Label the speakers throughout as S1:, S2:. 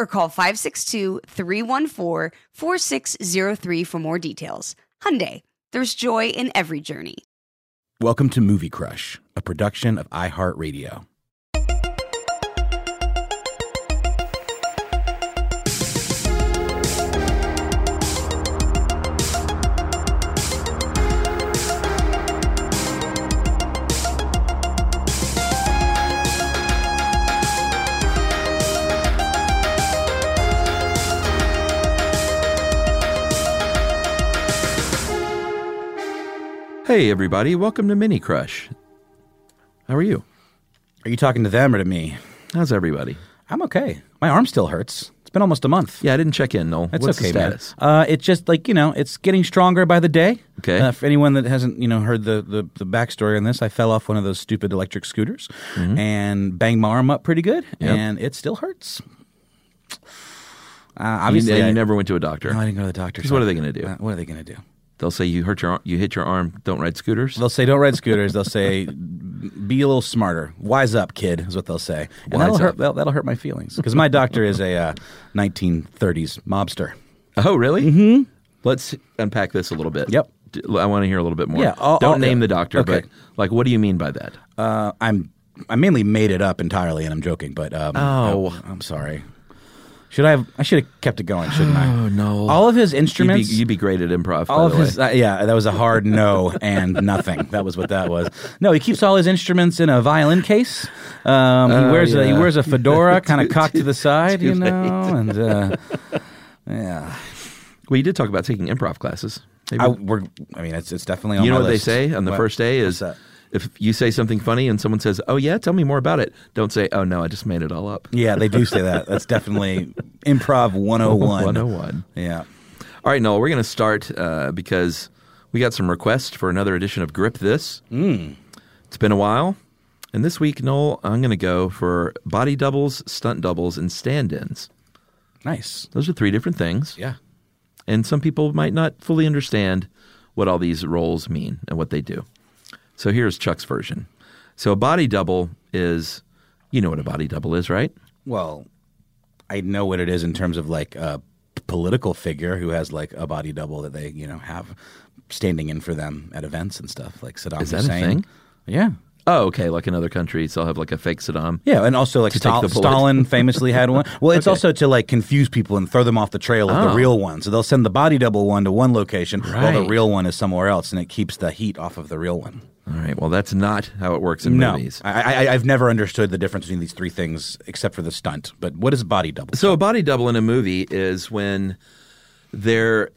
S1: or call 562-314-4603 for more details. Hyundai, there's joy in every journey.
S2: Welcome to Movie Crush, a production of iHeartRadio. Hey, everybody, welcome to Mini Crush. How are you?
S3: Are you talking to them or to me?
S2: How's everybody?
S3: I'm okay. My arm still hurts. It's been almost a month.
S2: Yeah, I didn't check in, Noel.
S3: That's
S2: What's
S3: okay,
S2: the status?
S3: man. Uh, it's just like you know, it's getting stronger by the day.
S2: Okay.
S3: Uh, for anyone that hasn't you know heard the, the the backstory on this, I fell off one of those stupid electric scooters and banged my arm up pretty good,
S2: Mm-hmm. Yep.
S3: and it still hurts. Uh,
S2: You-
S3: obviously,
S2: and you,
S3: I,
S2: never went to a doctor.
S3: No, I didn't go to the doctor.
S2: 'Cause what are they
S3: so-
S2: gonna do?
S3: Uh, what are they going to do?
S2: They'll say you hurt your ar- you hit your arm. Don't ride scooters.
S3: They'll say, "Don't ride scooters." They'll say, "Be a little smarter, wise up, kid," is what they'll say, and
S2: Wise
S3: that'll
S2: up.
S3: hurt. That'll, that'll hurt my feelings because my doctor is a uh, 1930s mobster.
S2: oh, really? Mm-hmm. Let's unpack this a little bit.
S3: Yep.
S2: D- I want to hear a little bit more.
S3: Yeah, I'll-
S2: don't
S3: I'll-
S2: name the doctor,
S3: okay.
S2: but like, what do you mean by that?
S3: Uh, I'm I mainly made it up entirely, and I'm joking. But um,
S2: Oh.
S3: I, am sorry. Should I have? I should have kept it going, shouldn't I?
S2: Oh, no.
S3: All of his
S2: You'd be,
S3: instruments.
S2: you'd be great at improv.
S3: all
S2: by
S3: of
S2: the way.
S3: his, uh, yeah, that was a hard no and nothing. That was what that was. No, he keeps all his instruments in a violin case. Um, he
S2: Oh,
S3: wears a he
S2: yeah.
S3: wears a fedora, kind of cocked to the side,
S2: too
S3: you
S2: late.
S3: know, and uh, yeah.
S2: Well, you did talk about taking improv classes. Maybe-
S3: I, we're, I mean, it's it's definitely on
S2: you know
S3: my
S2: what
S3: list.
S2: they say on the
S3: What-
S2: first day is
S3: what's that?
S2: if you say something funny and someone says, "Oh yeah, tell me more about it," don't say, "Oh no, I just made it all up."
S3: Yeah, they do say that. That's definitely improv 101.
S2: 101.
S3: Yeah.
S2: All right, Noel, we're going to start uh, because we got some requests for another edition of Grip This. Mm.
S3: Hmm.
S2: It's been a while. And this week, Noel, I'm going to go for body doubles, stunt doubles, and stand ins.
S3: Nice.
S2: Those are three different things.
S3: Yeah.
S2: And some people might not fully understand what all these roles mean and what they do. So here's Chuck's version. So a body double is, you know what a body double is, right?
S3: Well, I know what it is in terms of like a p- political figure who has like a body double that they, you know, have standing in for them at events and stuff, like Saddam
S2: Is that a
S3: Hussein.
S2: thing?
S3: Yeah.
S2: Oh, okay. Like in other countries, they'll have like a fake Saddam.
S3: Yeah, and also like
S2: To take
S3: Stal-
S2: the bullet.
S3: Stalin famously had one. Well, it's
S2: Okay.
S3: also to like confuse people and throw them off the trail of
S2: Oh.
S3: the real one. So they'll send the body double one to one location while
S2: Right.
S3: the real one is somewhere else, and it keeps the heat off of the real one.
S2: All right. Well, that's not how it works in
S3: no,
S2: movies.
S3: I, I, I've never understood the difference between these three things except for the stunt. But what is body double?
S2: So a body double in a movie is when there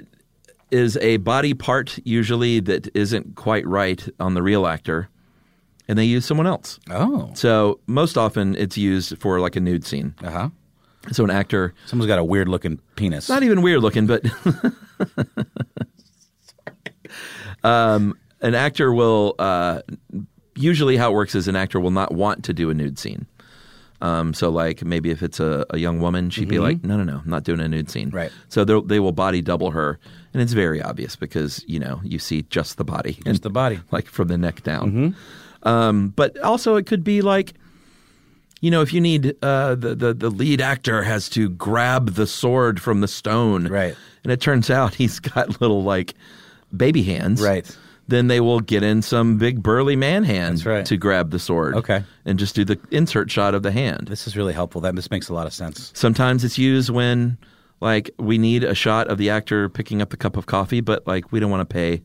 S2: is a body part usually that isn't quite right on the real actor and they use someone else.
S3: oh,
S2: So most often it's used for like a nude scene.
S3: uh huh.
S2: So an actor
S3: Someone's got a weird looking penis.
S2: not even weird looking, but Um, an actor will uh, usually how it works is an actor will not want to do a nude scene. Um, so like maybe if it's a, a young woman, she'd be like, no, no, no, I'm not doing a nude scene.
S3: Mm-hmm. Right.
S2: So they'll- they will body double her, and it's very obvious because you know you see just the body, and,
S3: the body.
S2: like from the neck down.
S3: Mm-hmm.
S2: Um, but also it could be like you know, if you need uh, the, the the lead actor has to grab the sword from the stone,
S3: Right.
S2: And it turns out he's got little like baby hands,
S3: Right.
S2: Then they will get in some big burly man hand
S3: That's right.
S2: to grab the sword,
S3: Okay.
S2: and just do the insert shot of the hand.
S3: This is really helpful. That this makes a lot of sense.
S2: Sometimes it's used when like we need a shot of the actor picking up the cup of coffee, but like we don't want to pay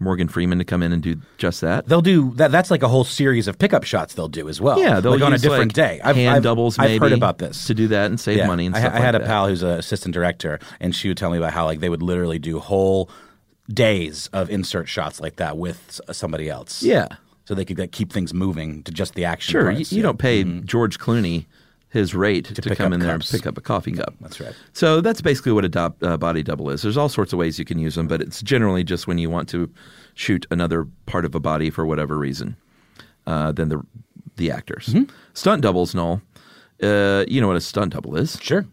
S2: Morgan Freeman to come in and do just that.
S3: They'll do that. That's like a whole series of pickup shots they'll do as well.
S2: Yeah, they'll
S3: Oh, like on a
S2: use,
S3: different
S2: like,
S3: day. I've,
S2: hand
S3: I've-
S2: doubles.
S3: I've
S2: maybe,
S3: heard about this.
S2: to do that and save
S3: Yeah.
S2: money and
S3: I,
S2: stuff.
S3: I had
S2: like
S3: a
S2: that.
S3: pal who's an assistant director, and she would tell me about how like they would literally do whole days of insert shots like that with s- somebody else.
S2: Yeah.
S3: so they could like, keep things moving to just the action.
S2: Sure, you,
S3: parts.
S2: you
S3: Yeah. Mm-hmm.
S2: don't pay George Clooney his rate to,
S3: pick
S2: come
S3: up
S2: in there
S3: cups.
S2: and pick up a coffee cup.
S3: that's right.
S2: So that's basically what a do- uh, body double is. There's all sorts of ways you can use them, but it's generally just when you want to shoot another part of a body for whatever reason uh, than the the actors.
S3: Mm-hmm.
S2: Stunt doubles, Noel. Uh, you know what a stunt double is?
S3: Sure.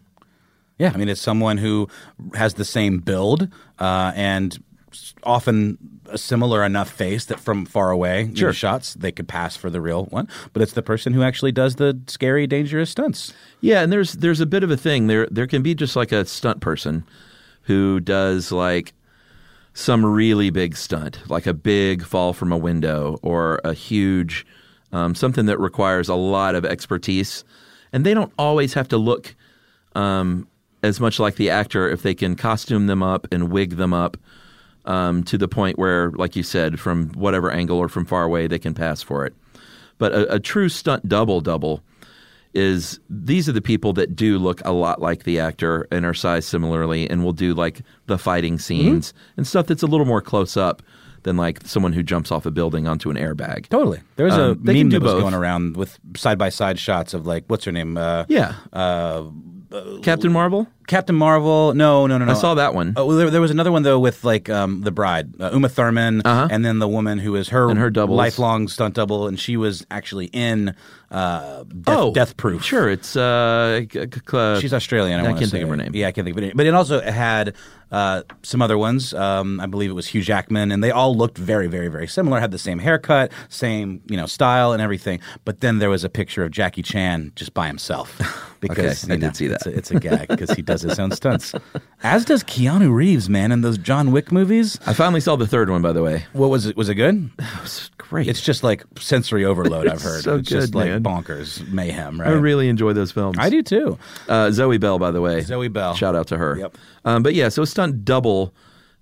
S3: Yeah, I mean, it's someone who has the same build uh, and s- often a similar enough face that from far away you know,
S2: Sure.
S3: shots they could pass for the real one. But it's the person who actually does the scary, dangerous stunts.
S2: Yeah, and there's there's a bit of a thing there. There can be just like a stunt person who does like some really big stunt, like a big fall from a window or a huge um, something that requires a lot of expertise, and they don't always have to look um, as much like the actor if they can costume them up and wig them up um, to the point where, like you said, from whatever angle or from far away, they can pass for it. But a, a true stunt double double is these are the people that do look a lot like the actor and are sized similarly and will do like the
S3: Mm-hmm.
S2: fighting scenes and stuff that's a little more close up than like someone who jumps off a building onto an airbag.
S3: Totally. There was
S2: Um,
S3: a
S2: they
S3: meme
S2: can do
S3: that was
S2: both.
S3: going around with side by side shots of like, what's her name? Uh,
S2: Yeah. Uh, Captain Marvel?
S3: Captain Marvel. No, uh, no, no, no.
S2: I saw that one.
S3: Oh, well, there, there was another one though with like um, the bride, uh, Uma Thurman, and then the woman who is her
S2: Uh-huh. And her doubles.
S3: lifelong stunt double, and she was actually in uh, Death, Death Proof.
S2: Oh, Sure, it's uh, c- c- c-
S3: She's Australian. I,
S2: I
S3: wanna
S2: can't think
S3: say.
S2: of her name.
S3: Yeah, I can't think of it. But it also had uh, some other ones. Um, I believe it was Hugh Jackman, and they all looked very, very, very similar. Had the same haircut, same you know style and everything. But then there was a picture of Jackie Chan just by himself because
S2: Okay, I
S3: you know,
S2: did see that.
S3: It's a, it's a gag because he does his own stunts, as does Keanu Reeves, man, in those John Wick movies.
S2: I finally saw the third one by the way.
S3: What was it? Was it good?
S2: That was great.
S3: It's just like sensory overload. I've
S2: It's
S3: heard.
S2: so
S3: it's just
S2: good,
S3: like
S2: man.
S3: bonkers mayhem.
S2: I
S3: Right.
S2: really enjoy those films.
S3: I do too.
S2: Uh, Zoe Bell, by the way.
S3: Zoe Bell.
S2: Shout out to her.
S3: Yep.
S2: Um, but yeah, so a stunt double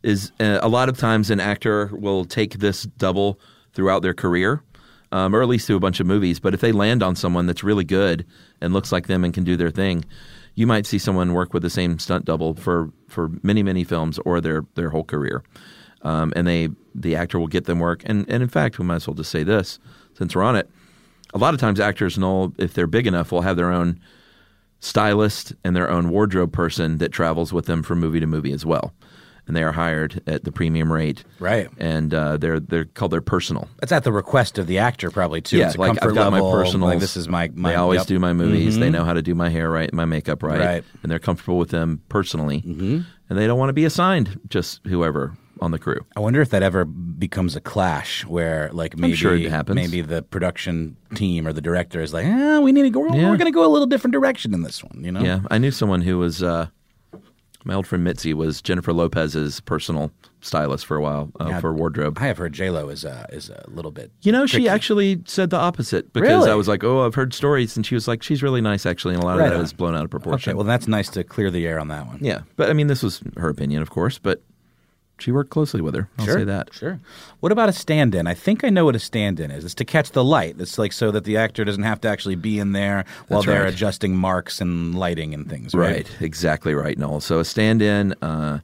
S2: is uh, a lot of times an actor will take this double throughout their career, um, or at least through a bunch of movies. But if they land on someone that's really good and looks like them and can do their thing, you might see someone work with the same stunt double for, for many, many films or their, their whole career. Um, and they the actor will get them work. And, and in fact, we might as well just say this since we're on it. A lot of times, actors, Noel, if they're big enough, will have their own stylist and their own wardrobe person that travels with them from movie to movie as well. And they are hired at the premium rate,
S3: Right.
S2: And uh, they're they're called their personal.
S3: That's at the request of the actor, probably too.
S2: Yeah,
S3: it's a
S2: like
S3: comfort
S2: I've got
S3: level.
S2: my personal.
S3: Like, this is my. my
S2: they always
S3: yep. Mm-hmm.
S2: do my movies. They know how to do my hair right, my makeup right,
S3: Right.
S2: and they're comfortable with them personally. Mm-hmm. And they don't want to be assigned just whoever on the crew.
S3: I wonder if that ever becomes a clash where, like, maybe
S2: sure it happens.
S3: maybe the production team or the director is like, "Ah, we need to go. We're,
S2: Yeah.
S3: we're going to go a little different direction in this one." You know?
S2: Yeah, I knew someone who was uh, my old friend Mitzi was Jennifer Lopez's personal stylist for a while uh,
S3: Yeah.
S2: for wardrobe.
S3: I have heard J Lo is uh, is a little bit.
S2: You know, she
S3: tricky.
S2: actually said the opposite because
S3: Really?
S2: I was like, "Oh, I've heard stories," and she was like, "She's really nice, actually," and a lot
S3: Right
S2: of that
S3: on.
S2: is blown out of proportion.
S3: Okay, well, that's nice to clear the air on that one.
S2: yeah, but I mean, this was her opinion, of course, but she worked closely with her. I'll
S3: Sure.
S2: say that.
S3: Sure. What about a stand in? I think I know what a stand in is. It's to catch the light. It's like so that the actor doesn't have to actually be in there while
S2: That's
S3: they're
S2: right.
S3: adjusting marks and lighting and things,
S2: Right, exactly right, Noel. So a stand-in, uh,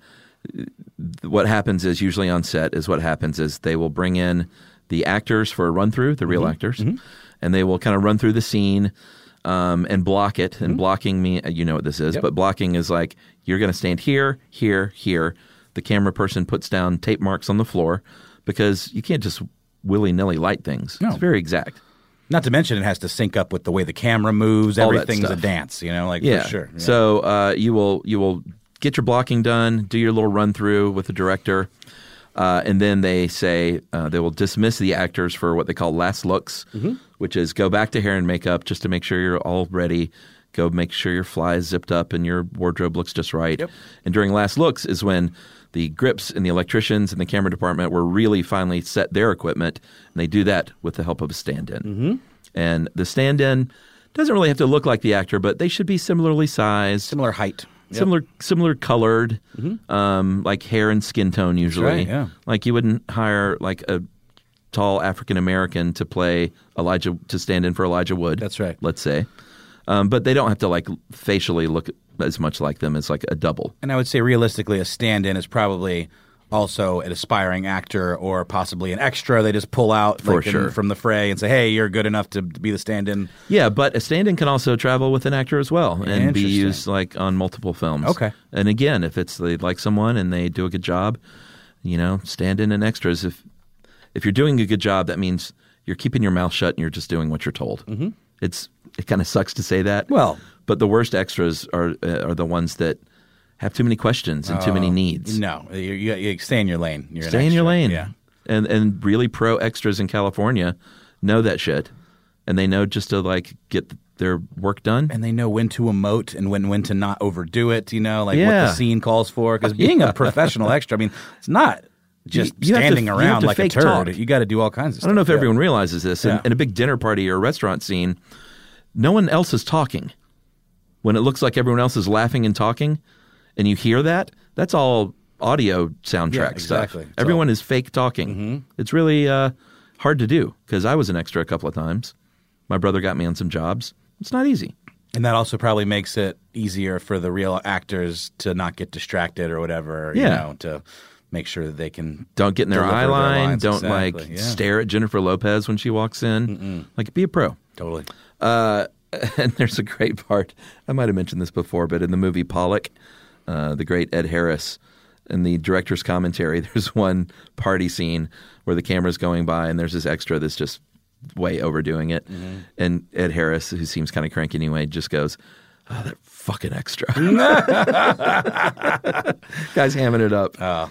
S2: what happens is usually on set is what happens is they will bring in the actors for a run through, the
S3: Mm-hmm.
S2: real actors, and they will kind of run through the scene um, and block it.
S3: Mm-hmm.
S2: And blocking me, uh, you know what this is, but blocking is like you're going to stand here, here, here. The camera person puts down tape marks on the floor. because you can't just willy nilly light things.
S3: No.
S2: It's very exact.
S3: Not to mention, it has to sync up with the way the camera moves.
S2: All that
S3: Everything's a
S2: stuff.
S3: dance, you know, like
S2: Yeah,
S3: for sure. Yeah.
S2: So uh, you will you will get your blocking done, do your little run through with the director, uh, and then they say uh, they will dismiss the actors for what they call last looks,
S3: Mm-hmm.
S2: which is go back to hair and makeup just to make sure you're all ready. Go make sure your fly is zipped up and your wardrobe looks just right. And during last looks is when the grips and the electricians and the camera department were really finally set their equipment, and they do that with the help of a stand-in. Mm-hmm. And the stand-in doesn't really have to look like the actor, but they should be similarly sized, similar,
S3: similar height. Yep. Mm-hmm.
S2: similar, colored, um, like hair and skin tone usually.
S3: right, yeah.
S2: Like you wouldn't hire like a tall African American to play Elijah to stand in for Elijah Wood.
S3: That's right.
S2: Let's say, um, but they don't have to like facially look as much like them as like a double.
S3: And I would say realistically, a stand-in is probably also an aspiring actor or possibly an extra. They just pull out
S2: For
S3: like, in-
S2: sure.
S3: from the fray and say, "Hey, you're good enough to be the stand-in."
S2: Yeah, but a stand-in can also travel with an actor as well and be
S3: Interesting.
S2: used like on multiple films.
S3: Okay.
S2: And again, if it's they like someone and they do a good job, you know, stand-in and extras. If if you're doing a good job, that means you're keeping your mouth shut and you're just doing what you're told. Mm-hmm. It's it kind of sucks to say that.
S3: Well-
S2: but the worst extras are uh, are the ones that have too many questions and too many
S3: Oh,
S2: needs.
S3: No, you, you, you stay in your lane. You're an
S2: Stay in your
S3: extra.
S2: lane.
S3: Yeah.
S2: And and really pro extras in California know that shit. And they know just to like get their work done.
S3: And they know when to emote and when when to not overdo it. You know, like what
S2: Yeah.
S3: the scene calls for. Because being a professional extra, I mean, it's not just
S2: You- you have to-
S3: standing
S2: you have
S3: around
S2: to
S3: like a
S2: fake
S3: turd.
S2: talk.
S3: You got to do all kinds of.
S2: I don't know if
S3: stuff. Yeah.
S2: everyone realizes this. In,
S3: Yeah.
S2: in a big dinner party or a restaurant scene, no one else is talking. When it looks like everyone else is laughing and talking, and you hear that, that's all audio soundtrack
S3: Yeah,
S2: stuff.
S3: exactly. It's Mm-hmm.
S2: Everyone is fake talking. It's really uh, hard to do because I was an extra a couple of times. My brother got me on some jobs. It's not easy.
S3: And that also probably makes it easier for the real actors to not get distracted or whatever,
S2: Yeah.
S3: you know, to make sure that they can
S2: Don't get in their
S3: deliver
S2: eye line.
S3: lines.
S2: don't
S3: Exactly,
S2: like
S3: yeah.
S2: stare at Jennifer Lopez when she walks in. Like, be a pro. Uh,
S3: Totally.
S2: and there's a great part. I might have mentioned this before, but in the movie Pollock, uh, the great Ed Harris, in the director's commentary, there's one party scene where the camera's going by and there's this extra that's just way overdoing it.
S3: Mm-hmm.
S2: And Ed Harris, who seems kind of cranky anyway, just goes, Oh, that fucking extra. Guys hamming it up. oh,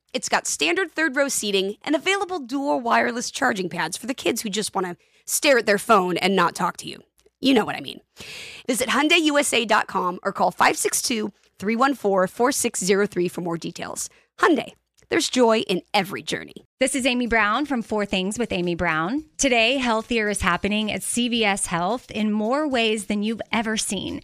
S1: it's got standard third row seating and available dual wireless charging pads for the kids who just want to stare at their phone and not talk to you. You know what I mean. Visit HyundaiUSA.com or call 562 314 4603 for more details. Hyundai, there's joy in every journey.
S4: This is Amy Brown from Four Things with Amy Brown. Today, healthier is happening at CVS Health in more ways than you've ever seen.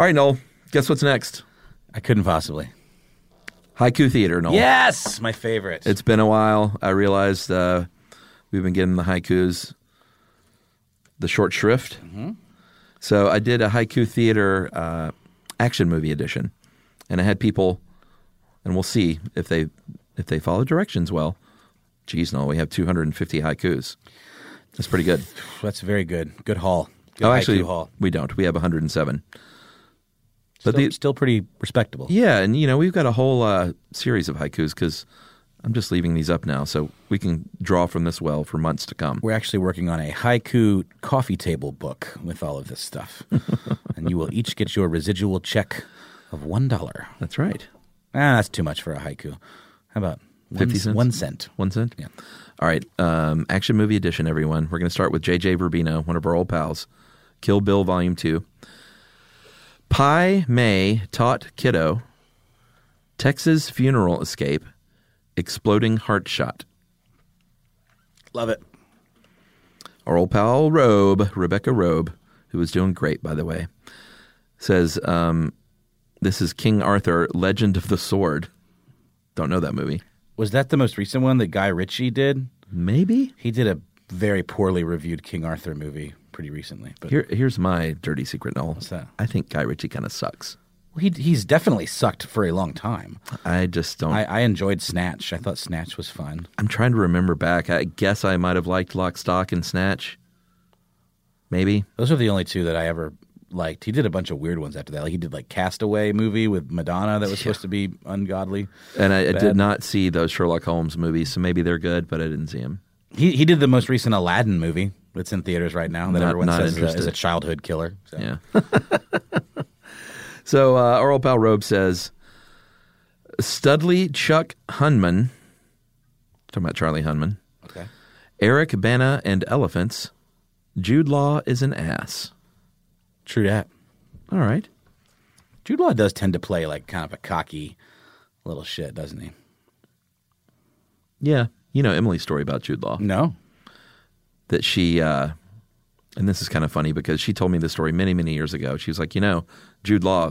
S2: All right, Noel. Guess what's next?
S3: I couldn't possibly.
S2: Haiku Theater, Noel.
S3: Yes, my favorite.
S2: It's been a while. I realized uh, we've been getting the haikus, the short shrift. So I did a haiku theater uh, action movie edition, and I had people, and we'll see if they if they follow directions well. Geez, no, we have 250 haikus. That's pretty good.
S3: that's very good. Good haul. Good
S2: oh,
S3: haiku
S2: actually,
S3: haul.
S2: we don't. We have 107.
S3: But
S2: But
S3: still,
S2: the-
S3: still pretty respectable.
S2: Yeah, and you know we've got a whole uh, series of haikus because I'm just leaving these up now, so we can draw from this well for months to come.
S3: We're actually working on a haiku coffee table book with all of this stuff, and you will each get your residual check of one dollar.
S2: That's right.
S3: Ah, that's too much for a haiku. How about one,
S2: 50 cents?
S3: One cent.
S2: One cent?
S3: Yeah.
S2: All right. Um, action movie edition, everyone. We're going to start with J.J. Verbino, one of our old pals. Kill Bill Volume 2. Pi May taught kiddo Texas funeral escape, exploding heart shot.
S3: Love it.
S2: Our old pal Robe, Rebecca Robe, who is doing great, by the way, says um, this is King Arthur, Legend of the Sword. Don't know that movie.
S3: Was that the most recent one that Guy Ritchie did?
S2: Maybe?
S3: He did a very poorly reviewed King Arthur movie pretty recently. But
S2: Here, here's my dirty secret, Noel. What's
S3: that?
S2: I think Guy Ritchie kind of sucks.
S3: he, he's definitely sucked for a long time.
S2: I just don't.
S3: I,
S2: I,
S3: I enjoyed Snatch. I thought Snatch was fun.
S2: am trying to remember back. I guess I might have liked Lock, Stock, and Snatch. Maybe.
S3: Those are the only two that I ever liked. He did a bunch of weird ones after that. Like he did like Castaway movie with Madonna that was supposed to be ungodly.
S2: And I, I
S3: Bad.
S2: did not see those Sherlock Holmes movies, so maybe they're good, but I didn't see them.
S3: He he did the most recent Aladdin movie that's in theaters right now that
S2: Not-
S3: everyone
S2: not
S3: says is a, is a
S2: interested.
S3: childhood killer. So.
S2: Yeah. so uh, our old pal Robe says Studley Chuck Hunman, talking about Charlie Hunman,
S3: Okay.
S2: Eric Bana and Elephants, Jude Law is an ass.
S3: True that.
S2: All right.
S3: Jude Law does tend to play like kind of a cocky little shit, doesn't he?
S2: Yeah. You know Emily's story about Jude Law.
S3: No.
S2: that she uh, and this is kind of funny because she told me this story many many years ago she was like you know jude law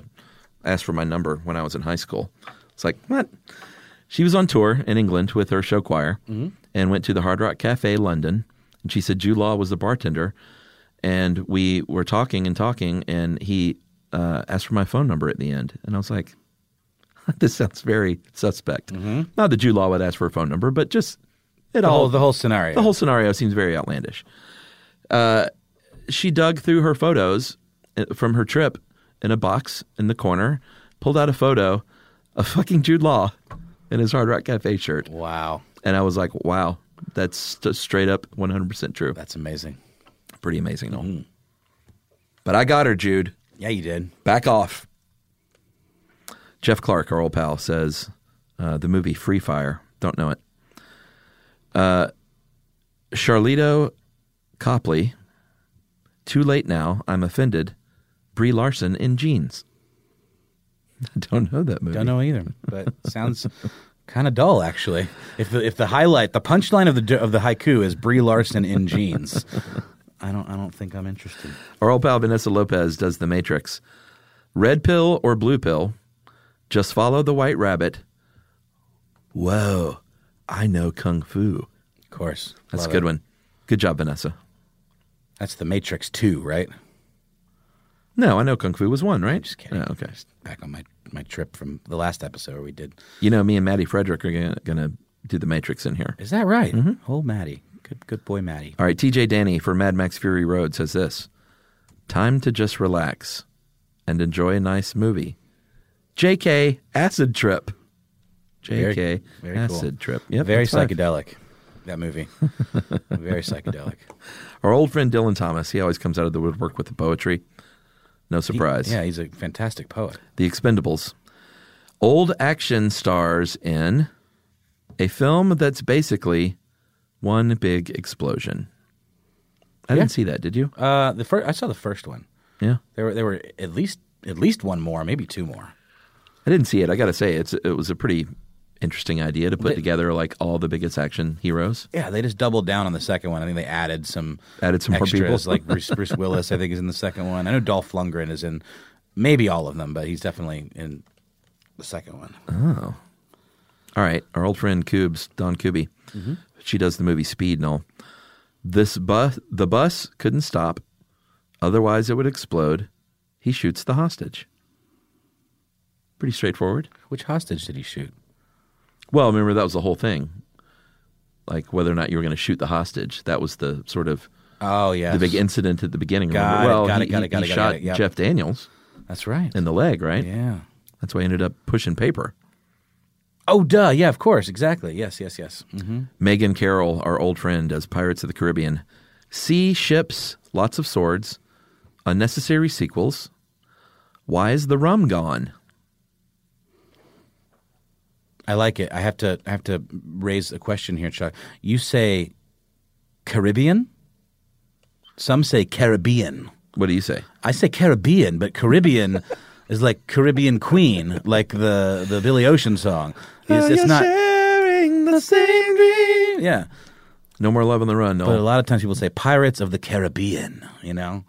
S2: asked for my number when i was in high school it's like what she was on tour in england with her show choir
S3: Mm-hmm.
S2: and went to the hard rock cafe london and she said jude law was the bartender and we were talking and talking and he uh, asked for my phone number at the end and i was like this sounds very suspect not that jude law would ask for a phone number but just it
S3: Mm-hmm. The
S2: all
S3: whole, the whole scenario.
S2: Oh. the whole scenario seems very outlandish. Uh, she dug through her photos uh, from her trip in a box in the corner, pulled out a photo of fucking Jude Law in his Hard Rock Cafe shirt.
S3: wow.
S2: And I was like, wow, that's st- straight up 100% true.
S3: That's amazing.
S2: Pretty amazing. Noel. But I got her, Jude.
S3: Yeah, you did.
S2: Back off. Jeff Clark, our old pal, says uh, the movie Free Fire. Don't know it. Uh, Charlito Copley, Too Late Now, I'm Offended, Brie Larson in Jeans. I don't know that movie.
S3: Don't know either, but sounds kind of dull actually. If the if the highlight, the punchline of the of the haiku is Brie Larson in jeans, I don't I don't think I'm interested.
S2: Our old pal Vanessa Lopez does The Matrix. Red pill or blue pill, just follow the white rabbit. Whoa, I know Kung Fu.
S3: Of course,
S2: That's
S3: Love
S2: a good
S3: it.
S2: one. Good job, Vanessa.
S3: That's the Matrix Two, right?
S2: No, I know Kung Fu was one, right?
S3: Just kidding.
S2: Oh, okay.
S3: Just back on my my trip from the last episode where we did.
S2: You know, me and Maddie Frederick are gonna, gonna do the Matrix in here.
S3: Is that right?
S2: Mm-hmm.
S3: Oh, Maddie, good good boy, Maddie.
S2: All right, TJ Danny for Mad Max Fury Road says this: "Time to just relax and enjoy a nice movie." J.K. Acid Trip. J.K.
S3: Very- very cool.
S2: Acid Trip. Yep,
S3: Very
S2: that's five.
S3: psychedelic. that movie. Very psychedelic.
S2: Our old friend Dylan Thomas, he always comes out of the woodwork with the poetry. No surprise.
S3: Yeah, he's a fantastic poet.
S2: The Expendables. Old action stars in a film that's basically one big explosion. I didn't see that, did you?
S3: Uh, the first I saw the first one.
S2: Yeah.
S3: There were there were at least at least one more, maybe two more.
S2: I didn't see it. I got to say, it's it was a pretty interesting idea to put
S3: They-
S2: together like all the biggest action heroes.
S3: Yeah, they just doubled down on the second one. I think they added some
S2: Added some more
S3: extras,
S2: people.
S3: like Bruce, Bruce Willis. I think is in the second one. I know Dolph Lundgren is in maybe all of them, but he's definitely in the second one.
S2: All right, our old friend Cubes, Don Kuby. She does the movie Speed and all. This bus, the bus couldn't stop, otherwise it would explode. He shoots the hostage. Pretty straightforward.
S3: Which hostage did he shoot?
S2: Well, remember that was the whole thing. Like whether or not you were going to shoot the hostage, that was the sort of
S3: Oh yeah,
S2: the big incident at the beginning.
S3: Got
S2: remember?
S3: it,
S2: well,
S3: got
S2: he,
S3: it, got
S2: he-
S3: it, got
S2: he
S3: it, got
S2: shot
S3: it, yep.
S2: Jeff Daniels
S3: That's right.
S2: in the leg, right?
S3: yeah.
S2: That's why he ended up pushing paper.
S3: Oh duh. Yeah, of course. Exactly. Yes. Yes. Yes. Mm-hmm.
S2: Megan Carroll, our old friend, as Pirates of the Caribbean. Sea ships, lots of swords, unnecessary sequels. Why is the rum gone?
S3: I like it. I have to. I have to raise a question here, Chuck. You say Caribbean. Some say Caribbean.
S2: What do you say?
S3: I say Caribbean, but Caribbean is like Caribbean Queen, like the the Billy Ocean song. It's, it's not. Yeah,
S2: No more love on the run.
S3: but a
S2: No.
S3: lot of times people say Pirates of the Caribbean, you know,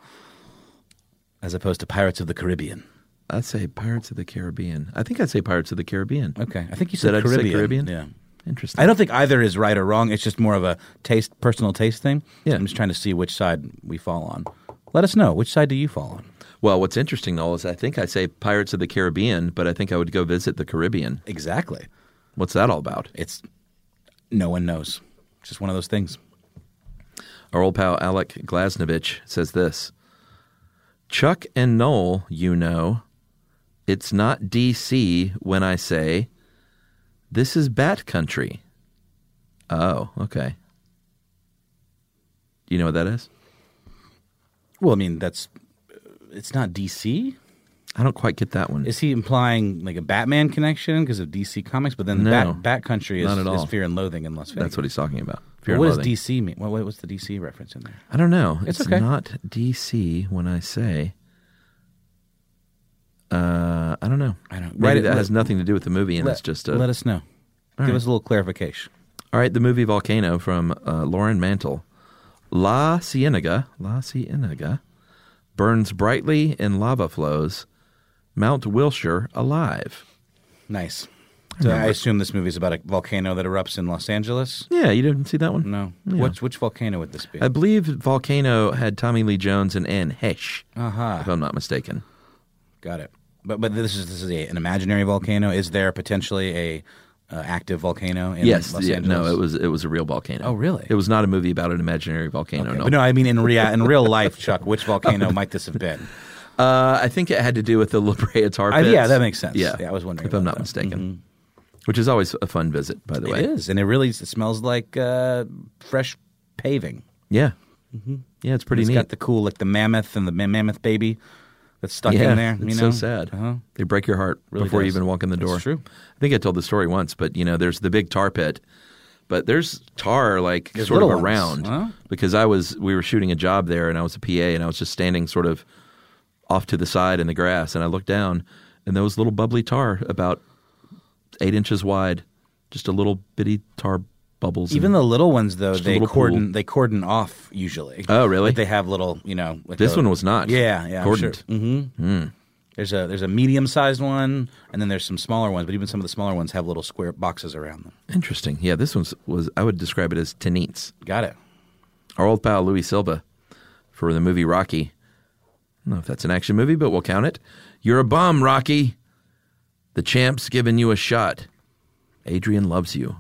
S3: as opposed to Pirates of the Caribbean.
S2: I say Pirates of the Caribbean. I think I'd say Pirates of the Caribbean.
S3: Okay, I think you
S2: Did
S3: said
S2: I just
S3: Caribbean.
S2: say Caribbean?
S3: Yeah.
S2: Interesting.
S3: I don't think either is right or wrong. It's just more of a taste, personal taste thing.
S2: Yeah.
S3: I'm just trying to see which side we fall on. Let us know which side do you fall on.
S2: Well, what's interesting, Noel, is I think I say Pirates of the Caribbean, but I think I would go visit the Caribbean.
S3: Exactly.
S2: What's that all about?
S3: It's no one knows. It's just one of those things.
S2: Our old pal Alec Glasnovich says this Chuck and Noel, you know, it's not DC when I say, this is Bat Country. Oh, okay. Do you know what that is?
S3: Well, I mean, that's it's not DC.
S2: I don't quite get that one.
S3: Is he implying like a Batman connection because of DC comics? But then
S2: No,
S3: Bat, Bat Country is,
S2: not at all.
S3: is Fear and Loathing in Las Vegas.
S2: That's what he's talking about. Fear
S3: Well, what
S2: and Loathing.
S3: does DC mean? Well, what was the DC reference in there?
S2: I don't know.
S3: It's
S2: It's,
S3: okay.
S2: not DC when I say. Uh, I don't know.
S3: I don't-
S2: Maybe
S3: Write it-
S2: that
S3: let-
S2: has nothing to do with the movie, and
S3: let,
S2: it's just a.
S3: let us know. Give
S2: right.
S3: us a little clarification.
S2: All right, the movie Volcano from uh, Lauren Mantle. La Cienega, La Cienega, burns brightly in lava flows, Mount Wilshire alive.
S3: Nice. So I assume this movie is about a volcano that erupts in Los Angeles.
S2: Yeah, you didn't see that one?
S3: No,
S2: Yeah.
S3: which which volcano would this be?
S2: I believe Volcano had Tommy Lee Jones and Anne Hesh,
S3: Aha,
S2: if I'm not mistaken.
S3: got it. But but this is this is a, an imaginary volcano. Is there potentially a uh, active volcano in
S2: yes,
S3: Los
S2: yeah,
S3: Angeles?
S2: no, it was it was a real volcano.
S3: Oh, really?
S2: It was not a movie about an imaginary volcano.
S3: Okay,
S2: No,
S3: but no, I mean in real in real life, Chuck. Which volcano might this have been?
S2: Uh, I think it had to do with the La Brea tar
S3: I-
S2: pits.
S3: yeah, that makes sense.
S2: Yeah,
S3: Yeah, I was wondering
S2: if I'm
S3: about
S2: not
S3: that. Mm-hmm.
S2: mistaken. Which is always a fun visit, by the way.
S3: It is, and it really it smells like uh, fresh paving.
S2: Yeah. Yeah, it's
S3: Mm-hmm.
S2: pretty
S3: It's
S2: neat.
S3: got the cool, like the mammoth and the ma- mammoth baby that's stuck
S2: yeah,
S3: in there. You
S2: it's
S3: know?
S2: so sad.
S3: Uh-huh.
S2: They break your heart
S3: Really
S2: before you
S3: does.
S2: even walk in the
S3: That's
S2: door.
S3: true.
S2: I think I told the story once, but you know, there's the big tar pit, but there's tar like
S3: There's
S2: sort of
S3: little ones,
S2: around
S3: huh?
S2: because I was we were shooting a job there and I was a PA and I was just standing sort of off to the side in the grass and I looked down and there was little bubbly tar about eight inches wide, just a little bitty tar bubbles.
S3: Even
S2: and-
S3: the little ones, though,
S2: Just a
S3: they
S2: little
S3: cordon
S2: pool.
S3: they cordon off usually.
S2: Oh, really?
S3: Like they have little, you know. Like
S2: this
S3: a-
S2: one was not.
S3: Yeah, yeah,
S2: cordoned.
S3: hmm There's a there's a medium sized one, and then there's some smaller ones. But even some of the smaller ones have little square boxes around them.
S2: Interesting. Yeah, this one's was I would describe it as tenites.
S3: Got it.
S2: our old pal Louis Silva for the movie Rocky. I don't know if that's an action movie, but we'll count it. You're a bum, Rocky. The champ's giving you a shot. Adrian loves you.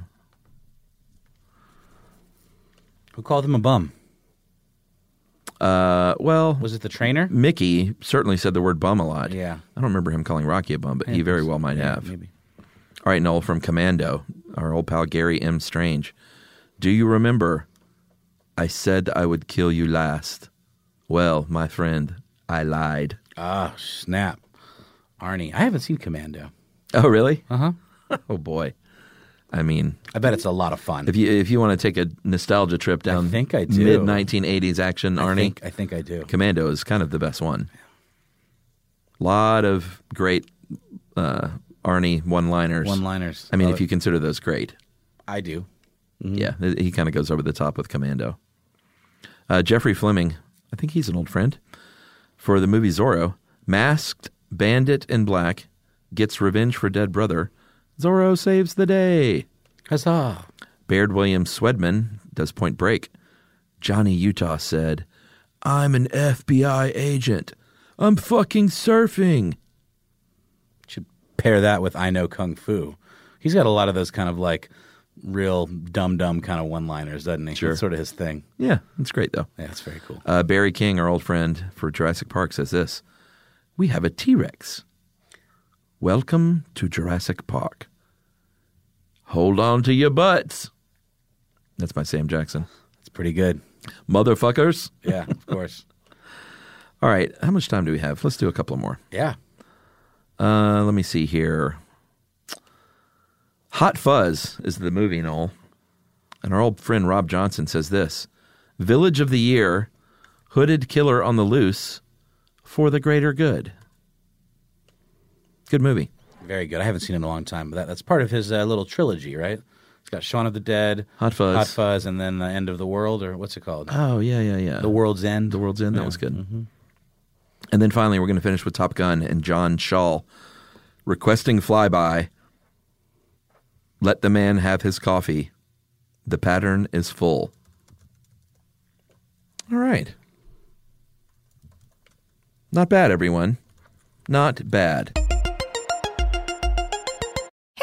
S3: Who called him a bum?
S2: Uh, well,
S3: Was it the trainer?
S2: Mickey certainly said the word bum a lot.
S3: Yeah.
S2: I don't remember him calling Rocky a bum, but he very well might have.
S3: Maybe.
S2: All right, Noel from Commando, our old pal Gary M. Strange. Do you remember? I said I would kill you last. Well, my friend, I lied.
S3: Ah, snap. Arnie, I haven't seen Commando.
S2: Oh, really?
S3: Uh-huh.
S2: Uh huh. oh boy. I mean,
S3: I bet it's a lot of fun.
S2: if you if you want to take a nostalgia trip down,
S3: think I do.
S2: mid 1980s action,
S3: I
S2: Arnie.
S3: think, I think I do.
S2: Commando is kind of the best one. Lot of great uh, Arnie one-liners.
S3: One-liners.
S2: I mean,
S3: Love
S2: if you consider those great,
S3: I do.
S2: yeah, th- Mm-hmm. he kind of goes over the top with Commando. Uh, Jeffrey Fleming, I think he's an old friend. For the movie Zorro, masked bandit in black gets revenge for dead brother. Zorro saves the day.
S3: Huzzah.
S2: Baird Williams Swedman does Point Break. Johnny Utah said, I'm an FBI agent. I'm fucking surfing.
S3: Should pair that with I Know Kung Fu. He's got a lot of those kind of like real dumb dumb kind of one liners, doesn't he? Sure. That's sort of his thing.
S2: Yeah, it's great though.
S3: Yeah, it's very cool.
S2: Uh, Barry King, our old friend for Jurassic Park, says this We have a T Rex. Welcome to Jurassic Park. Hold on to your butts. That's my Sam Jackson.
S3: It's pretty good.
S2: Motherfuckers.
S3: Yeah, of course.
S2: All right, how much time do we have? Let's do a couple more.
S3: Yeah.
S2: Uh, let me see here. Hot Fuzz is the movie, Noel. And our old friend Rob Johnson says this Village of the Year, Hooded Killer on the Loose for the Greater Good. Good movie.
S3: Very good. I haven't seen it in a long time, but that, that's part of his uh, little trilogy, right? It's got Shaun of the Dead,
S2: Hot Fuzz.
S3: Hot Fuzz, and then the End of the World, or what's it called?
S2: Oh, yeah, yeah, yeah.
S3: the World's End.
S2: The World's End. That was good. And then finally, we're going to finish with Top Gun and John Shaw requesting flyby. Let the man have his coffee. The pattern is full. All right. Not bad, everyone. Not bad.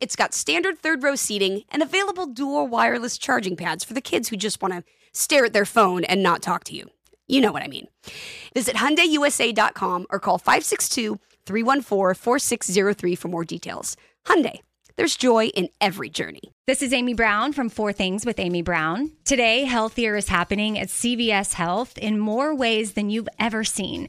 S1: it's got standard third row seating and available dual wireless charging pads for the kids who just want to stare at their phone and not talk to you. You know what I mean. Visit HyundaiUSA.com or call 562 314 4603 for more details. Hyundai, there's joy in every journey.
S4: This is Amy Brown from Four Things with Amy Brown. Today, healthier is happening at CVS Health in more ways than you've ever seen.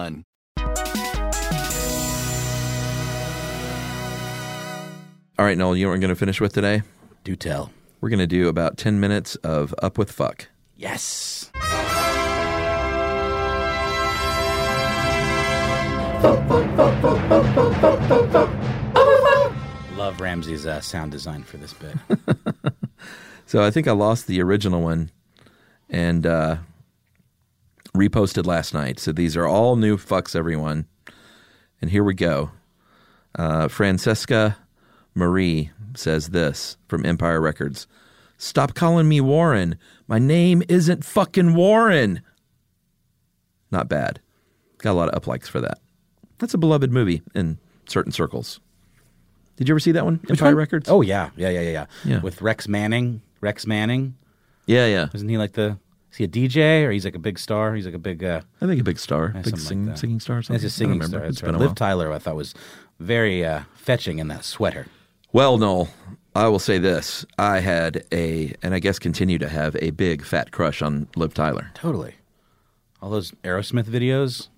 S2: All right, Noel, you know what we're going to finish with today?
S3: Do tell.
S2: We're going to do about 10 minutes of Up With Fuck.
S3: Yes. Love love Ramsey's uh, sound design for this bit.
S2: So I think I lost the original one and uh, reposted last night. So these are all new fucks, everyone. And here we go. Uh, Francesca Marie says this from Empire Records Stop calling me Warren. My name isn't fucking Warren. Not bad. Got a lot of uplikes for that. That's a beloved movie in certain circles. Did you ever see that one? Empire Records?
S3: Oh yeah, yeah, yeah, yeah, yeah,
S2: Yeah.
S3: With Rex Manning. Rex Manning
S2: yeah, yeah.
S3: isn't he like the? Is he a DJ or he's like a big star? He's like a big. Uh,
S2: I think a big star,
S3: Yeah,
S2: big
S3: something
S2: sing,
S3: like that.
S2: singing star. Or something.
S3: That's a
S2: I don't
S3: singing
S2: remember.
S3: star.
S2: It's
S3: That's
S2: been
S3: right.
S2: a
S3: Liv
S2: while.
S3: Tyler, I thought was very uh, fetching in that sweater.
S2: Well, Noel, I will say this: I had a, and I guess continue to have a big fat crush on Liv Tyler.
S3: Totally. All those Aerosmith videos.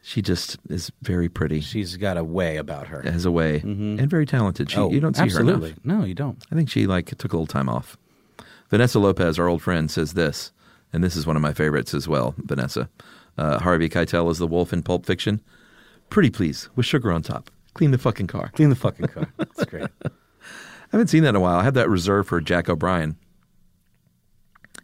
S2: She just is very pretty,
S3: She's got a way about her.
S2: has a way, and very talented. She, you don't see her
S3: Mm-hmm. Oh, absolutely.
S2: enough.
S3: No, you don't.
S2: I think she like took a little time off. Vanessa Lopez, our old friend, says this, and this is one of my favorites as well. Vanessa, uh, Harvey Keitel is the wolf in Pulp Fiction. Pretty please, with sugar on top. Clean the fucking car.
S3: Clean the fucking car. That's great.
S2: I haven't seen that in a while. I had that reserved for Jack O'Brien.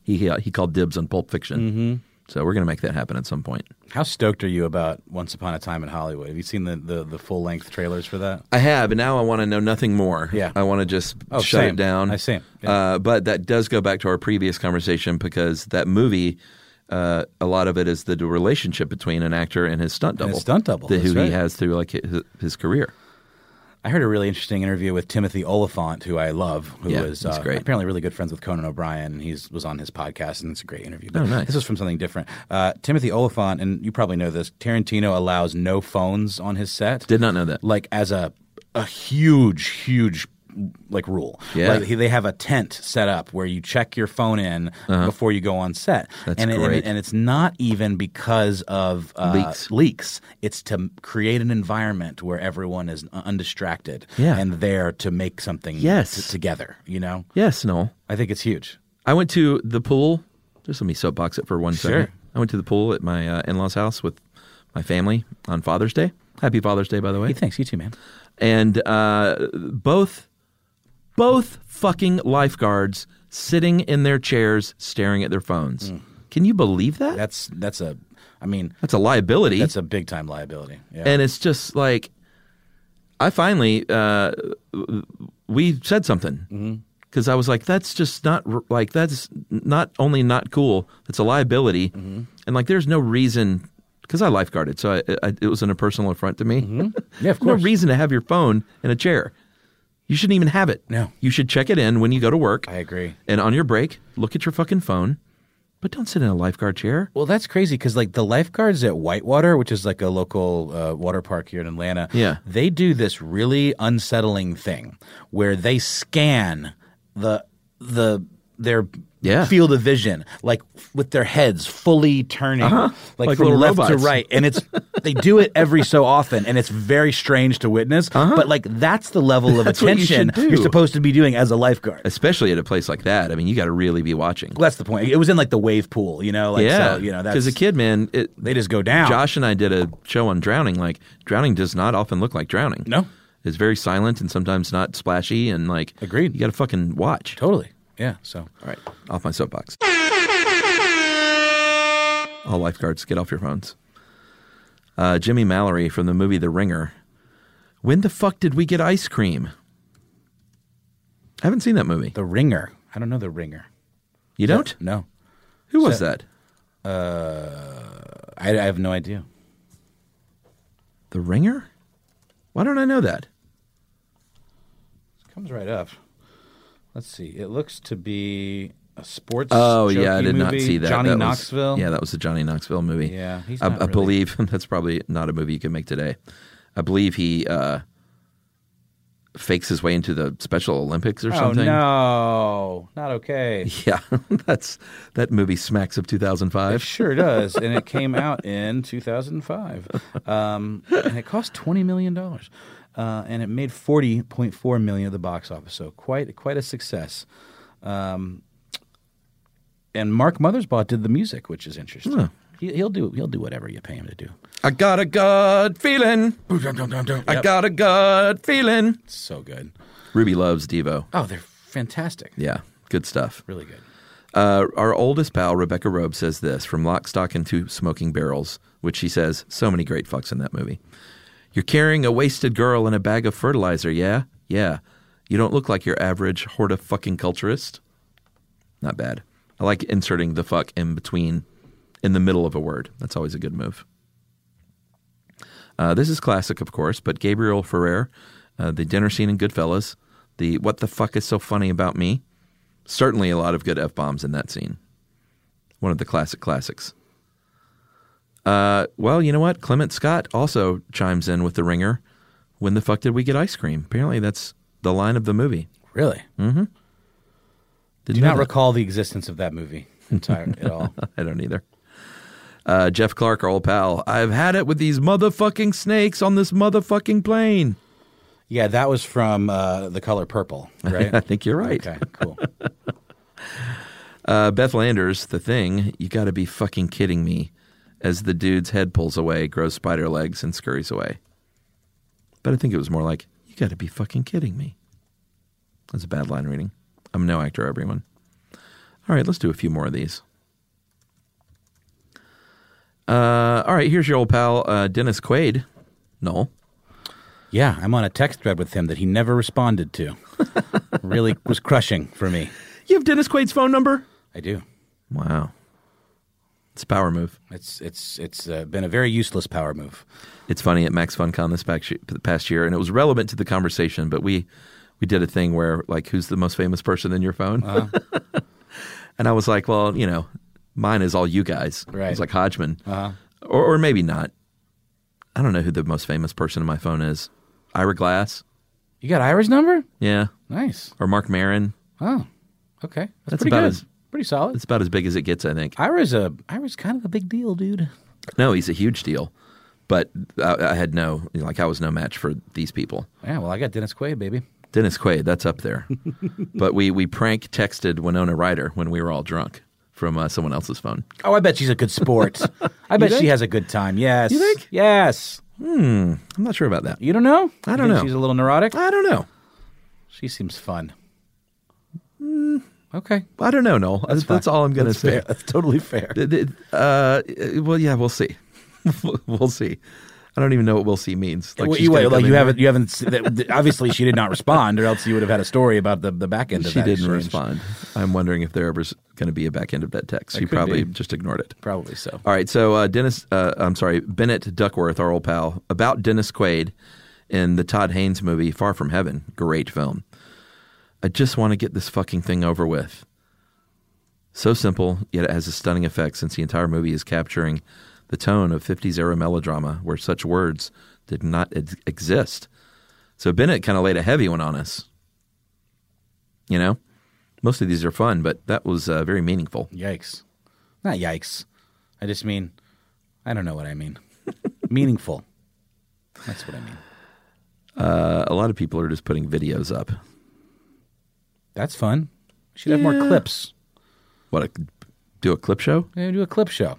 S2: He he, he called dibs on Pulp Fiction, mm-hmm. so we're gonna make that happen at some point.
S3: How stoked are you about Once Upon a Time in Hollywood? Have you seen the, the, the full length trailers for that?
S2: I have, and now I want to know nothing more.
S3: Yeah.
S2: I want to just
S3: Oh,
S2: shut
S3: same.
S2: it down.
S3: I see.
S2: Uh, but that does go back to our previous conversation because that movie, uh, a lot of it is the relationship between an actor and his stunt
S3: And
S2: double,
S3: his stunt double,
S2: the,
S3: that's
S2: who he
S3: right.
S2: has through like his, his career.
S3: I heard a really interesting interview with Timothy Oliphant, who I love, who
S2: Yeah,
S3: was
S2: he's
S3: uh,
S2: great.
S3: apparently really good friends with Conan O'Brien, and he's was on his podcast, and it's a great interview. But
S2: Oh, nice.
S3: This is from something different. Uh, Timothy Oliphant, and you probably know this. Tarantino allows no phones on his set.
S2: Did not know that.
S3: like as a a huge huge like rule
S2: Yeah.
S3: like he- they have a tent set up where you check your phone in before you go on set
S2: Uh-huh. That's
S3: and, it- and it-
S2: great.
S3: and it's not even because of uh,
S2: Leaks.
S3: leaks it's to m- create an environment where everyone is un- undistracted
S2: Yeah.
S3: and there to make something
S2: Yes.
S3: t- together you know
S2: Yes, Noel.
S3: i think it's huge
S2: I went to the pool. Just let me soapbox it for one second.
S3: Sure.
S2: I went to the pool at my uh, in-laws' house with my family on Father's Day. Happy Father's Day, by the way.
S3: hey thanks you too man
S2: and uh, both both fucking lifeguards sitting in their chairs staring at their phones.
S3: Mm.
S2: Can you believe that?
S3: that's that's a i mean
S2: That's a liability.
S3: that's a big time liability yeah
S2: E and it's just like I finally uh, we
S3: Mm-hmm.
S2: said something because I was like, that's just not r- like that's not only not cool. That's a liability,
S3: Mm-hmm.
S2: and like there's no reason because I lifeguarded, so I, I, it was an impersonal affront to me.
S3: Yeah, Mm-hmm. of
S2: no
S3: course.
S2: reason to have your phone in a chair. You shouldn't even have it.
S3: No.
S2: you should check it in when you go to work.
S3: i agree
S2: And on your break, look at your fucking phone, but don't sit in a lifeguard chair.
S3: Well, that's crazy because like the lifeguards at Whitewater, which is like a local uh, water park here in Atlanta,
S2: Yeah.
S3: they do this really unsettling thing where they scan the the their
S2: Yeah.
S3: field of vision like with their heads fully turning like,
S2: Uh-huh. Like
S3: from
S2: little
S3: left to
S2: robots.
S3: right and it's they do it every so often and it's very strange to witness but like that's the level of
S2: Uh-huh. That's what you
S3: attention
S2: should do.
S3: you're supposed to be doing as a lifeguard
S2: Especially at a place like that. I mean, you got to really be watching.
S3: Well, that's the point it was in like the wave pool you know like
S2: yeah,
S3: so, you know that's
S2: because a kid, man, it,
S3: they just go down
S2: Josh and I did a show on drowning. Like drowning does not often look like drowning.
S3: No.
S2: it's very silent and sometimes not splashy and like.
S3: Agreed.
S2: You got to fucking watch.
S3: Totally. Yeah. So
S2: All right, off my soapbox. All lifeguards, get off your phones. Uh, Jimmy Mallory from the movie The Ringer. When the fuck did we get ice cream? I haven't seen that movie.
S3: the ringer. I don't know the ringer.
S2: you don't?
S3: No.
S2: Who was that?
S3: Uh, I, I have no idea.
S2: The Ringer? Why don't I know that?
S3: It comes right up. Let's see. It looks to be a sports.
S2: Oh
S3: jokey
S2: yeah, I did not
S3: movie.
S2: see that.
S3: Johnny
S2: That was-
S3: Knoxville.
S2: yeah, that was the Johnny Knoxville movie.
S3: Yeah, he's
S2: I,
S3: not
S2: I
S3: really-
S2: believe that's probably not a movie you can make today. I believe he uh, fakes his way into the Special Olympics or
S3: oh
S2: something.
S3: no, not okay.
S2: Yeah, that's that movie smacks of
S3: It
S2: 2005.
S3: sure does, and it came out in 2005, um, and it cost 20 million dollars, uh, and it made 40.4 million at the box office. So quite quite a success. Um, and Mark Mothersbaugh did the music, which is interesting. He, he'll do he'll do whatever you pay him to do.
S2: I got a gut feeling. I
S3: Yep.
S2: got a gut feeling.
S3: so good.
S2: Ruby loves Devo.
S3: Oh, they're fantastic.
S2: Yeah, good stuff.
S3: Really good.
S2: Uh, our oldest pal, Rebecca Robe, says this from Lock, Stock, and Two Smoking Barrels, which she says, so many great fucks in that movie. You're carrying a wasted girl in a bag of fertilizer, yeah? Yeah. You don't look like your average horta fucking culturist. Not bad. I like inserting the fuck in between, in the middle of a word. That's always a good move. Uh, this is classic, of course, but Gabriel Ferrer, uh, the dinner scene in Goodfellas, the what the fuck is so funny about me? Certainly a lot of good F bombs in that scene. One of the classic classics. Uh, well, you know what? Clement Scott also chimes in with the ringer. When the fuck did we get ice cream? Apparently, that's the line of the movie.
S3: Really?
S2: Mm-hmm. Did
S3: Do not recall the existence of that movie entire at all.
S2: I don't either. Uh, Jeff Clark, our old pal. I've had it with these motherfucking snakes on this motherfucking plane.
S3: Yeah, that was from uh, The Color Purple, right?
S2: I think you're right.
S3: Okay, cool.
S2: Uh, Beth Landers, the thing, you gotta be fucking kidding me. As the dude's head pulls away, grows spider legs, and scurries away. But I think it was more like, you gotta be fucking kidding me. That's a bad line reading. I'm no actor, everyone. All right, let's do a few more of these. Uh, all right, here's your old pal, uh, Dennis Quaid. No.
S3: Yeah, I'm on a text thread with him that he never responded to. really was crushing for me.
S2: You have Dennis Quaid's phone number?
S3: I do.
S2: Wow. It's a power move.
S3: It's it's it's uh, been a very useless power move.
S2: It's funny at Max FunCon this back- past year, and it was relevant to the conversation. But we we did a thing where like, who's the most famous person in your phone? and I was like, well, you know, mine is all you guys.
S3: Right.
S2: It's like Hodgman, or or maybe not. I don't know who the most famous person in my phone is. Ira Glass,
S3: You got Ira's number?
S2: yeah,
S3: Nice.
S2: or Mark Maron.
S3: Oh, okay. That's,
S2: That's
S3: pretty
S2: about
S3: good.
S2: as-
S3: pretty solid.
S2: It's about as big as it gets, I think.
S3: Ira's a Ira's kind of a big deal, dude.
S2: No, he's a huge deal, but I, I had no like I was no match for these people.
S3: Yeah, well, I got Dennis Quaid, baby.
S2: Dennis Quaid, that's up there. but we we prank texted Winona Ryder when we were all drunk from uh, someone else's phone.
S3: Oh, I bet she's a good sport. I bet she has a good time. Yes. You think? Yes.
S2: I'm not sure about that.
S3: You don't know?
S2: I
S3: You
S2: don't
S3: think
S2: know.
S3: She's a little neurotic.
S2: I don't know.
S3: She seems fun. okay.
S2: I don't know, Noel. That's, that's all Mm. I'm going to
S3: That's fair.
S2: say.
S3: That's totally fair.
S2: Th- th- Uh, well, yeah, we'll see. we'll see. I don't even know what "we'll see" means.
S3: Well,
S2: she's
S3: you,
S2: gonna
S3: well,
S2: come
S3: you
S2: in
S3: haven't. You haven't. se- that- th- Obviously, she did not respond, or else you would have had a story about the, the back end
S2: here.
S3: of
S2: She
S3: that.
S2: didn't
S3: exchange.
S2: respond. I'm wondering if there ever's going to be a back end of that text. she
S3: could
S2: probably
S3: be.
S2: just ignored it.
S3: Probably so.
S2: All right, so uh, Dennis, uh, I'm sorry, Bennett Duckworth, our old pal, about Dennis Quaid in the Todd Haynes movie Far From Heaven. Great film. I just want to get this fucking thing over with. So simple, yet it has a stunning effect since the entire movie is capturing the tone of 50s era melodrama where such words did not ex- exist. So Bennett kind of laid a heavy one on us. You know, most of these are fun, but that was uh, very meaningful.
S3: Yikes! Not yikes. I just mean, I don't know what I mean. Meaningful. That's what I mean.
S2: Uh, a lot of people are just putting videos up.
S3: That's fun. We should have more clips.
S2: What a, do a clip show?
S3: Maybe do a clip show.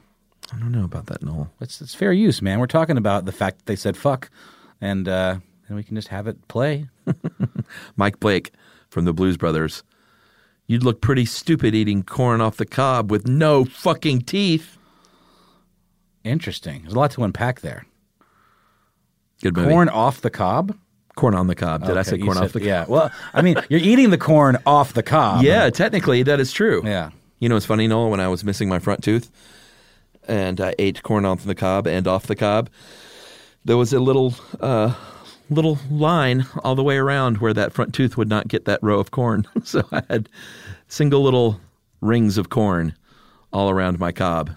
S2: I don't know about that, Noel.
S3: It's it's fair use, man. We're talking about the fact that they said fuck, and uh, and we can just have it play.
S2: Mike Blake from the Blues Brothers. You'd look pretty stupid eating corn off the cob with no fucking teeth.
S3: Interesting. There's a lot to unpack there.
S2: Good movie.
S3: Corn off the cob.
S2: corn on the cob. Did I
S3: Okay,
S2: say
S3: you
S2: corn off
S3: said-
S2: the cob?
S3: Yeah. Well, I mean, you're eating the corn off the cob.
S2: Yeah, technically that is true.
S3: Yeah.
S2: You know, it's funny, Noel, when I was missing my front tooth and I ate corn off the cob and off the cob, there was a little uh, little line all the way around where that front tooth would not get that row of corn. so I had single little rings of corn all around my cob.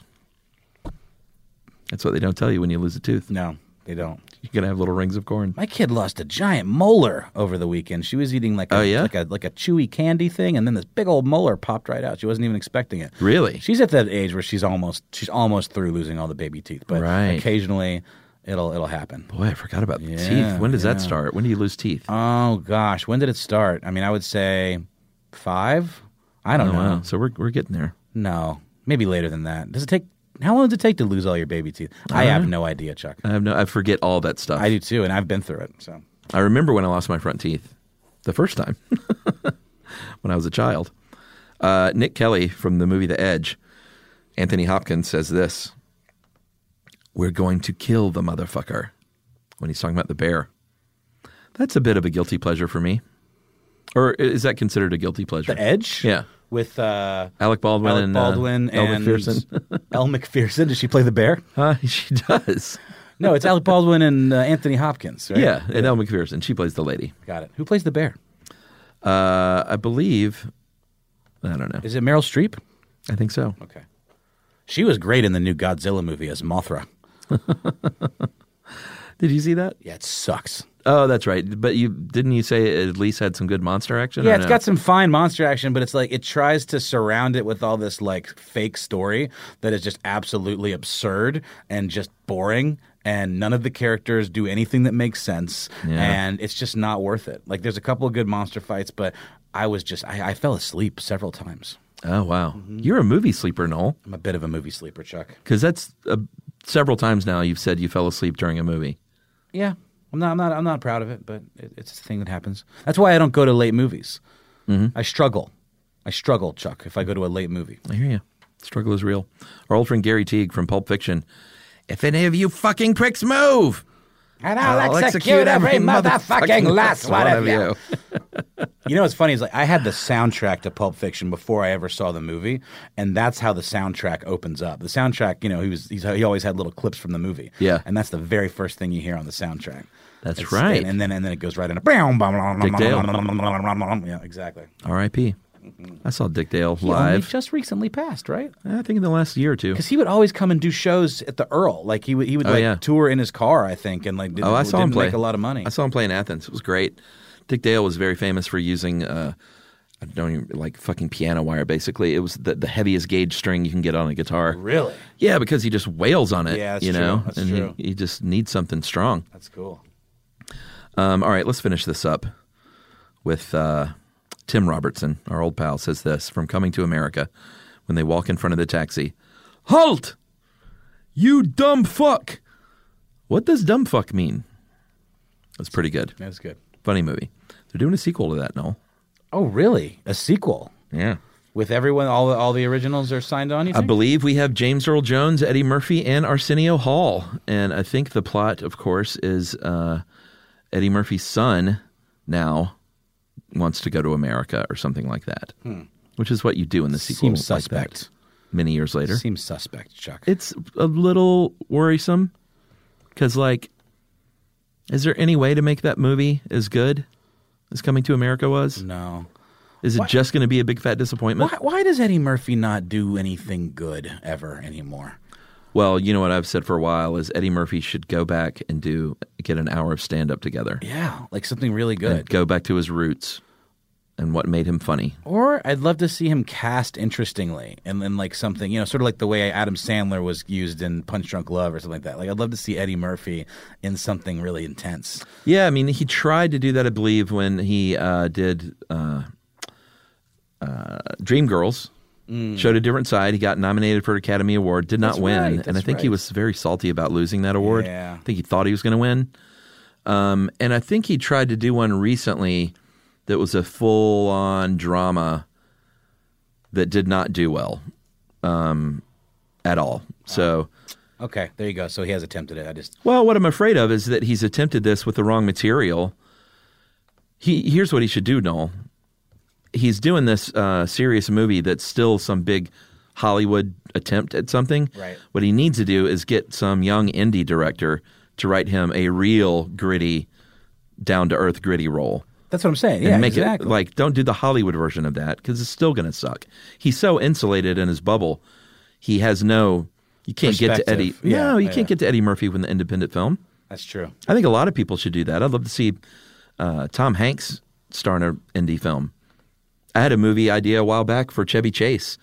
S2: That's what they don't tell you when you lose a tooth.
S3: No, they don't.
S2: You're going to have little rings of corn.
S3: My kid lost a giant molar over the weekend. She was eating like a,
S2: Oh, yeah?
S3: like a like a chewy candy thing, and then this big old molar popped right out. She wasn't even expecting it.
S2: Really?
S3: She's at that age where she's almost she's almost through losing all the baby teeth, but
S2: Right.
S3: occasionally it'll it'll happen.
S2: Boy, I forgot about the
S3: Yeah,
S2: teeth. When does that
S3: yeah.
S2: start? When do you lose teeth?
S3: Oh gosh, when did it start? I mean, I would say five. I don't
S2: oh,
S3: know.
S2: wow. So we're, we're getting there.
S3: No, maybe later than that. Does it take? How long does it take to lose all your baby teeth? I have
S2: Uh-huh.
S3: no idea, Chuck.
S2: I have no, I forget all that stuff.
S3: I do too, and I've been through it. So
S2: I remember when I lost my front teeth. the first time when I was a child. Uh, Nick Kelly from the movie The Edge, Anthony Hopkins says this We're going to kill the motherfucker when he's talking about the bear. That's a bit of a guilty pleasure for me. Or i- is that considered a guilty pleasure?
S3: The Edge?
S2: Yeah.
S3: With uh,
S2: Alec Baldwin
S3: Alec
S2: and uh,
S3: Baldwin
S2: Elle
S3: and
S2: McPherson.
S3: Elle McPherson. Does she play the bear?
S2: Uh, she does.
S3: No, it's Alec Baldwin and uh, Anthony Hopkins, right?
S2: Yeah, and Elle McPherson. She plays the lady.
S3: Got it. Who plays the bear?
S2: Uh, I believe. I don't know.
S3: Is it Meryl Streep?
S2: I think so.
S3: Okay. She was great in the new Godzilla movie as Mothra.
S2: Did you see that?
S3: Yeah, it sucks.
S2: Oh, that's right. But you didn't you say it at least had some good monster action?
S3: Yeah,
S2: or
S3: it's
S2: no?
S3: got some fine monster action, but it's like it tries to surround it with all this like fake story that is just absolutely absurd and just boring. And none of the characters do anything that makes sense, and it's just not worth it. Like, there's a couple of good monster fights, but I was just I, I fell asleep several times.
S2: Oh wow, you're a movie sleeper, Noel.
S3: I'm a bit of a movie sleeper, Chuck.
S2: Because that's uh, several times now you've said you fell asleep during a movie.
S3: Yeah, I'm not. I'm not. I'm not proud of it, but it, it's a thing that happens. That's why I don't go to late movies. I struggle. I struggle, Chuck, if I go to a late movie.
S2: I hear you. Struggle is real. Our old friend Gary Teague from Pulp Fiction. If any of you fucking pricks move,
S3: And
S2: I'll execute every motherfucking last one of you.
S3: You know what's funny is like I had the soundtrack to Pulp Fiction before I ever saw the movie, and that's how the soundtrack opens up. The soundtrack, you know, he was he's, he always had little clips from the movie,
S2: Yeah.
S3: and that's the very first thing you hear on the soundtrack.
S2: That's
S3: It's-
S2: right.
S3: and, and then and then it goes right into Dick
S2: Dale.
S3: Yeah, exactly.
S2: R.I.P. I saw Dick Dale
S3: He only
S2: live.
S3: just recently passed, right?
S2: I think in the last year or two.
S3: Because he would always come and do shows at the Earl. Like he would, he would
S2: Oh,
S3: like
S2: yeah.
S3: tour in his car, I think, and like did,
S2: Oh, I saw
S3: didn't
S2: him play.
S3: make a lot of money.
S2: I saw him play in Athens. It was great. Dick Dale was very famous for using, uh, I don't even like fucking piano wire. Basically, it was the, the heaviest gauge string you can get on a guitar.
S3: Really,
S2: Yeah, because he just wails on it.
S3: Yeah, that's
S2: you
S3: true.
S2: know,
S3: That's
S2: and
S3: true.
S2: He, he just needs something strong.
S3: that's cool.
S2: Um, all right, let's finish this up with uh, Tim Robertson, our old pal, says this from Coming to America when they walk in front of the taxi Halt! You dumb fuck! What does dumb fuck mean? That's pretty good.
S3: That's good.
S2: Funny movie. They're doing a sequel to that, Noel.
S3: Oh, really? A sequel
S2: Yeah.
S3: with everyone? All all the originals are signed on. You
S2: I
S3: think?
S2: believe we have James Earl Jones, Eddie Murphy, and Arsenio Hall. And I think the plot, of course, is uh, Eddie Murphy's son now wants to go to America or something like that, which is what you do in the sequel.
S3: Seems
S2: like that,
S3: suspect.
S2: many years later.
S3: Seems suspect, Chuck.
S2: it's a little worrisome because, like, is there any way to make that movie as good as Coming to America was?
S3: no.
S2: Is it
S3: Why-
S2: just going to be a big fat disappointment?
S3: Why, why does Eddie Murphy not do anything good ever anymore?
S2: Well, you know what I've said for a while is Eddie Murphy should go back and do get an hour of stand up together.
S3: Yeah, like something really
S2: And
S3: good.
S2: go back to his roots and what made him funny.
S3: Or I'd love to see him cast interestingly and then like something, you know, sort of like the way Adam Sandler was used in Punch Drunk Love or something like that. Like I'd love to see Eddie Murphy in something really intense.
S2: Yeah, I mean, he tried to do that, I believe, when he uh, did uh, uh, Dreamgirls. Showed a different side. He got nominated for an Academy Award, did
S3: Mm.
S2: not
S3: That's
S2: win,
S3: right,
S2: and I
S3: that's
S2: think he
S3: right.
S2: was very salty about losing that award.
S3: Yeah.
S2: I think he thought he was going to win, um, and I think he tried to do one recently that was a full-on drama that did not do well um, at all. So,
S3: Okay, there you go. So he has attempted it. I just
S2: well, what I'm afraid of is that he's attempted this with the wrong material. He here's what he should do, Noel. He's doing this uh, serious movie that's still some big Hollywood attempt at something.
S3: Right.
S2: What he needs to do is get some young indie director to write him a real gritty, down to earth gritty role.
S3: That's what I'm saying.
S2: And
S3: Yeah,
S2: make
S3: exactly.
S2: it like don't do the Hollywood version of that because it's still going to suck. He's so insulated in his bubble. He has no. You can't get to Eddie.
S3: Perspective. Yeah,
S2: no, you
S3: yeah.
S2: can't get to Eddie Murphy with an independent film.
S3: That's true.
S2: I think a lot of people should do that. I'd love to see uh, Tom Hanks star in an indie film. I had a movie idea a while back for Chevy Chase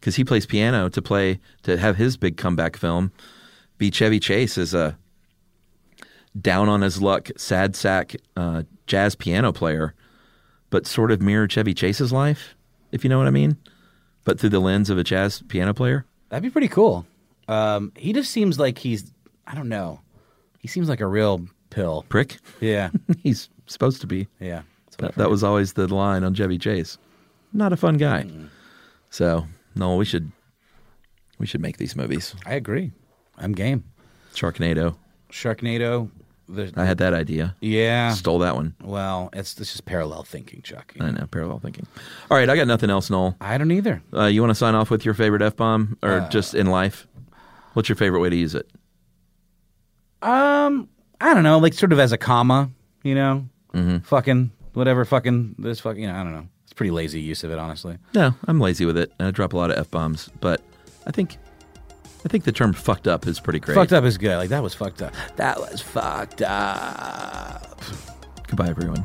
S2: because he plays piano to play to have his big comeback film be Chevy Chase as a down on his luck sad sack uh, jazz piano player, but sort of mirror Chevy Chase's life, if you know what I mean, but through the lens of a jazz piano player.
S3: That'd be pretty cool. Um, he just seems like he's I don't know. He seems like a real pill.
S2: Prick,
S3: Yeah.
S2: he's supposed to be.
S3: Yeah.
S2: That, that was always the line on Chevy Chase. Not a fun guy.
S3: Mm-hmm.
S2: So no, we should we should make these movies.
S3: I agree. I'm game.
S2: Sharknado.
S3: Sharknado. The,
S2: I had that idea.
S3: yeah.
S2: Stole that one.
S3: Well, it's this is parallel thinking, Chuck.
S2: I know parallel thinking. All right, I got nothing else, Noel.
S3: I don't either.
S2: Uh, you want to sign off with your favorite f bomb, or
S3: Uh.
S2: just in life? What's your favorite way to use it?
S3: Um, I don't know, like sort of as a comma, you know, fucking whatever, fucking this, fucking, you know, I don't know. It's pretty lazy use of it, honestly.
S2: No, I'm lazy with it, and I drop a lot of f bombs. But I think, I think the term "fucked up" is pretty great.
S3: Fucked up is good. Like that was fucked up. That was fucked up.
S2: Goodbye, everyone.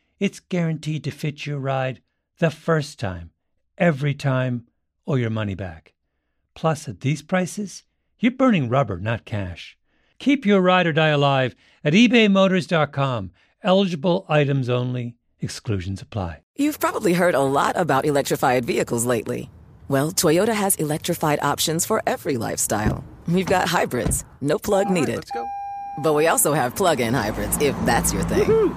S1: it's guaranteed to fit your ride the first time, every time, or your money back. Plus, at these prices, you're burning rubber, not cash. Keep your ride or die alive at ebaymotors.com. Eligible items only, exclusions apply.
S5: You've probably heard a lot about electrified vehicles lately. Well, Toyota has electrified options for every lifestyle. We've got hybrids, no plug needed. let's go. But we also have plug-in hybrids, if that's your thing.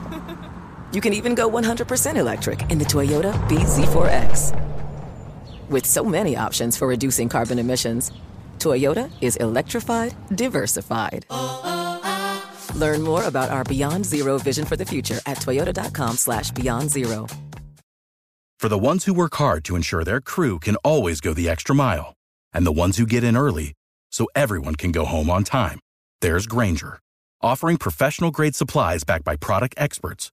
S5: you can even go 100% electric in the Toyota BZ4X. With so many options for reducing carbon emissions, Toyota is electrified, diversified. Learn more about our Beyond Zero vision for the future at toyota.com slash beyond zero.
S4: For the ones who work hard to ensure their crew can always go the extra mile, and the ones who get in early so everyone can go home on time, there's Granger, offering professional grade supplies backed by product experts